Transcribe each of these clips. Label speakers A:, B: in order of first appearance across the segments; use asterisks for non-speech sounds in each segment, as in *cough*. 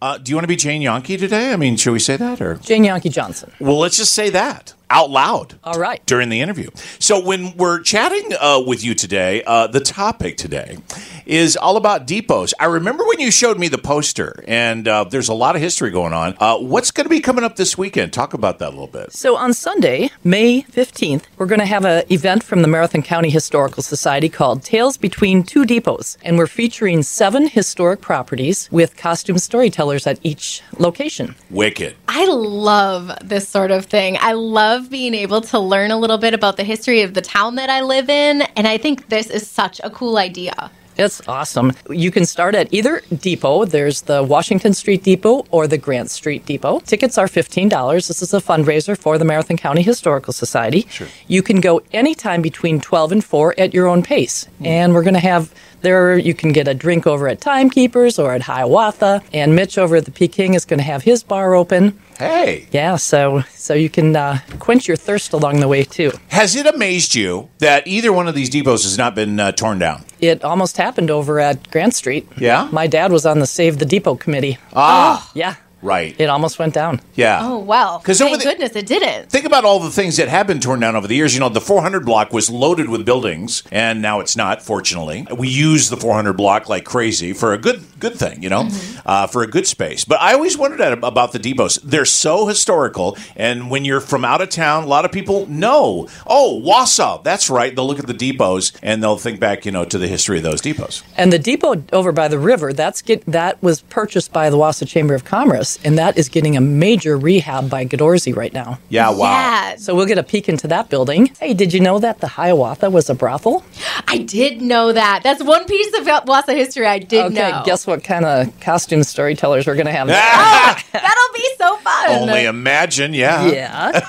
A: Uh, do you want to be Jane Yonke today? I mean, should we say that or?
B: Jane Yankee Johnson.
A: Well, let's just say that out loud.
C: Uh,
B: All right.
A: During the interview. So, when we're chatting uh, with you today, uh, the topic today is all about depots. I remember when you showed me the poster, and uh, there's a lot of history going on. Uh, what's going to be coming up this weekend? Talk about that a little bit.
B: So on Sunday, May 15th, we're going to have an event from the Marathon County Historical Society called Tales Between Two Depots. And we're featuring seven historic properties with costume storytellers at each location.
A: Wicked.
C: I love this sort of thing. I love being able to learn a little bit about the history of the town that I live in. And I think this is such a cool idea.
B: It's awesome. You can start at either depot. There's the Washington Street Depot or the Grant Street Depot. Tickets are $15. This is a fundraiser for the Marathon County Historical Society. Sure. You can go anytime between 12 and 4 at your own pace. And we're going to have there, you can get a drink over at Timekeepers or at Hiawatha. And Mitch over at the Peking is going to have his bar open.
A: Hey.
B: Yeah, so so you can uh, quench your thirst along the way too.
A: Has it amazed you that either one of these depots has not been uh, torn down?
B: It almost happened over at Grant Street.
A: Yeah?
B: my dad was on the Save the Depot committee.
A: Ah.
B: Yeah,
A: Right.
B: it almost went down.
A: yeah.
C: Oh, well.
A: 'Cause
C: Thank
A: over the-
C: goodness it didn't.
A: Think about all the things that have been torn down over the years. You know, the 400 block was loaded with buildings, and now it's not. Fortunately, we use the 400 block like crazy for a good good thing. You know, uh, for a good space. But I always wondered at, about the depots. They're so historical, and when you're from out of town, a lot of people know. Oh, Wausau. That's right. They'll look at the depots and they'll think back, you know, to the history of those depots.
B: And the depot over by the river, that's get that was purchased by the Wausau Chamber of Commerce, and that is getting a major rehab by Godorsey right now.
A: Yeah. Wow.
C: Yeah.
B: So we'll get a peek into that building. Hey, did you know that the Hiawatha was a brothel?
C: I did know that. That's one piece of Wausau history I did
B: Okay,
C: know.
B: guess what kind of costume storytellers we're going
A: *laughs*
B: to have?
C: That'll be so fun. Oh,
A: Only imagine. Yeah.
B: *laughs* Yeah.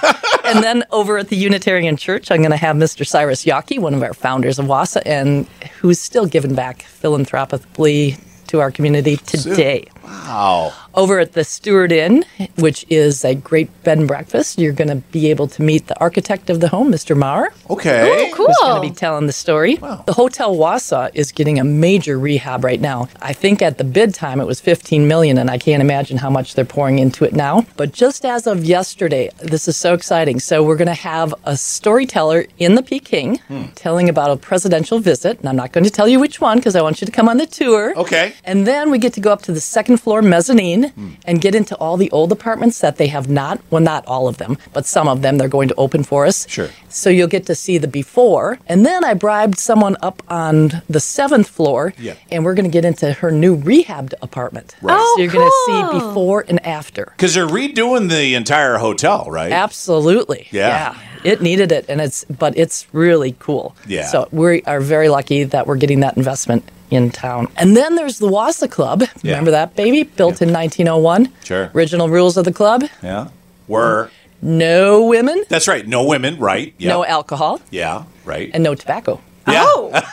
B: and then over at the Unitarian Church, I'm going to have Mr. Cyrus Yaki, one of our founders of Wassa, and who's still giving back philanthropically to our community today.
A: Wow.
B: Over at the Stewart Inn, which is a great bed and breakfast, you're going to be able to meet the architect of the home, Mr. Maher.
A: Okay.
C: cool.
B: Who's going to be telling the story.
A: Wow.
B: The Hotel Wausau is getting a major rehab right now. I think at the bid time it was 15 million and I can't imagine how much they're pouring into it now. But just as of yesterday, this is so exciting. So we're going to have a storyteller in the Peking
A: Hmm.
B: telling about a presidential visit and I'm not going to tell you which one because I want you to come on the tour.
A: Okay. Hmm.
B: And then we get to go up to the second floor mezzanine and get into all the old apartments that they have not, well, not all of them, but some of them they're going to open for us.
A: Sure.
B: So you'll get to see the before. And then I bribed someone up on the seventh floor,
A: Yeah.
B: and we're going to get into her new rehabbed apartment.
A: Right. Oh,
B: so you're going to see
C: cool.
B: before and after.
A: Because they're redoing the entire hotel, right?
B: Absolutely.
A: Yeah.
B: It needed it, and it's but it's really cool.
A: Yeah.
B: So we are very lucky that we're getting that investment in town. And then there's the Wassa Club.
A: Yeah.
B: Remember that baby built in 1901.
A: Sure.
B: Original rules of the club:
A: Yeah. Were.
B: no women,
A: That's right. No women, right? Yeah.
B: no alcohol,
A: yeah, right.
B: and no tobacco.
A: yeah.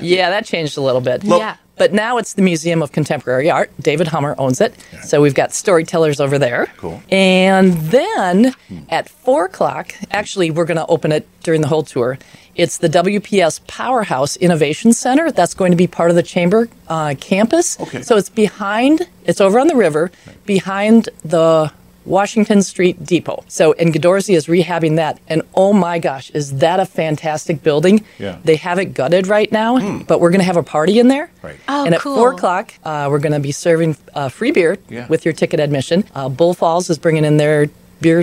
B: Yeah, that changed a little bit.
A: *laughs* Look-
C: Oh, Yeah.
B: But now it's the Museum of Contemporary Art. David Hummer owns it. So we've got storytellers over there.
A: Cool.
B: And then at four o'clock, actually, we're going to open it during the whole tour. It's the WPS Powerhouse Innovation Center. That's going to be part of the Chamber uh, campus.
A: Okay.
B: So it's behind, it's over on the river, behind the Washington Street Depot. So, and Godorsey is rehabbing that. And oh my gosh, is that a fantastic building?
A: Yeah.
B: They have it gutted right now, but we're going to have a party in there.
A: Hmm. Right.
C: Oh,
B: and at
C: cool.
B: four o'clock, uh, we're going to be serving uh, free beer
A: Yeah.
B: with your ticket admission. Uh, Bull Falls is bringing in their beer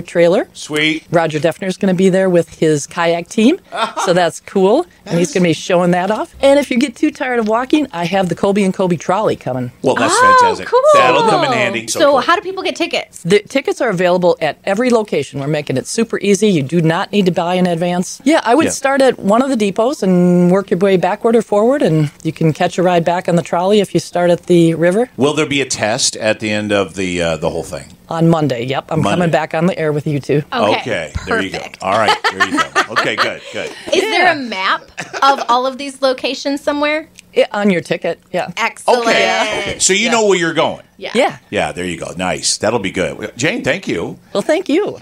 A: *laughs*
B: trailer.
A: Sweet.
B: Roger Defner is going to be there with his kayak
A: *laughs*
B: team, so that's cool, and he's going to be showing that off. And if you get too tired of walking, I have the Colby and Colby trolley coming.
A: Well, that's
C: oh,
A: fantastic.
C: cool.
A: That'll come in handy. So,
C: So,
A: cool.
C: how do people get tickets?
B: The tickets are available at every location. We're making it super easy. You do not need to buy in advance. Yeah, I would
A: Yeah.
B: start at one of the depots and work your way backward or forward, and you can catch a ride back on the trolley if you start at the river
A: will there be a test at the end of the uh, the whole thing?
B: on Monday. Yep, I'm
A: Monday.
B: coming back on the air with you two.
C: Okay,
A: there you go.
C: perfect.
A: All right, there you go. Okay, good,
C: *laughs*
A: good.
C: Is there a map of all of these locations somewhere?
B: Yeah, on your ticket, yeah.
C: Excellent.
A: Okay, okay. So you know where you're going.
C: Yeah.
B: Yeah.
A: Yeah, there you go. Nice. That'll be good. Jane, thank you.
B: Well, thank you.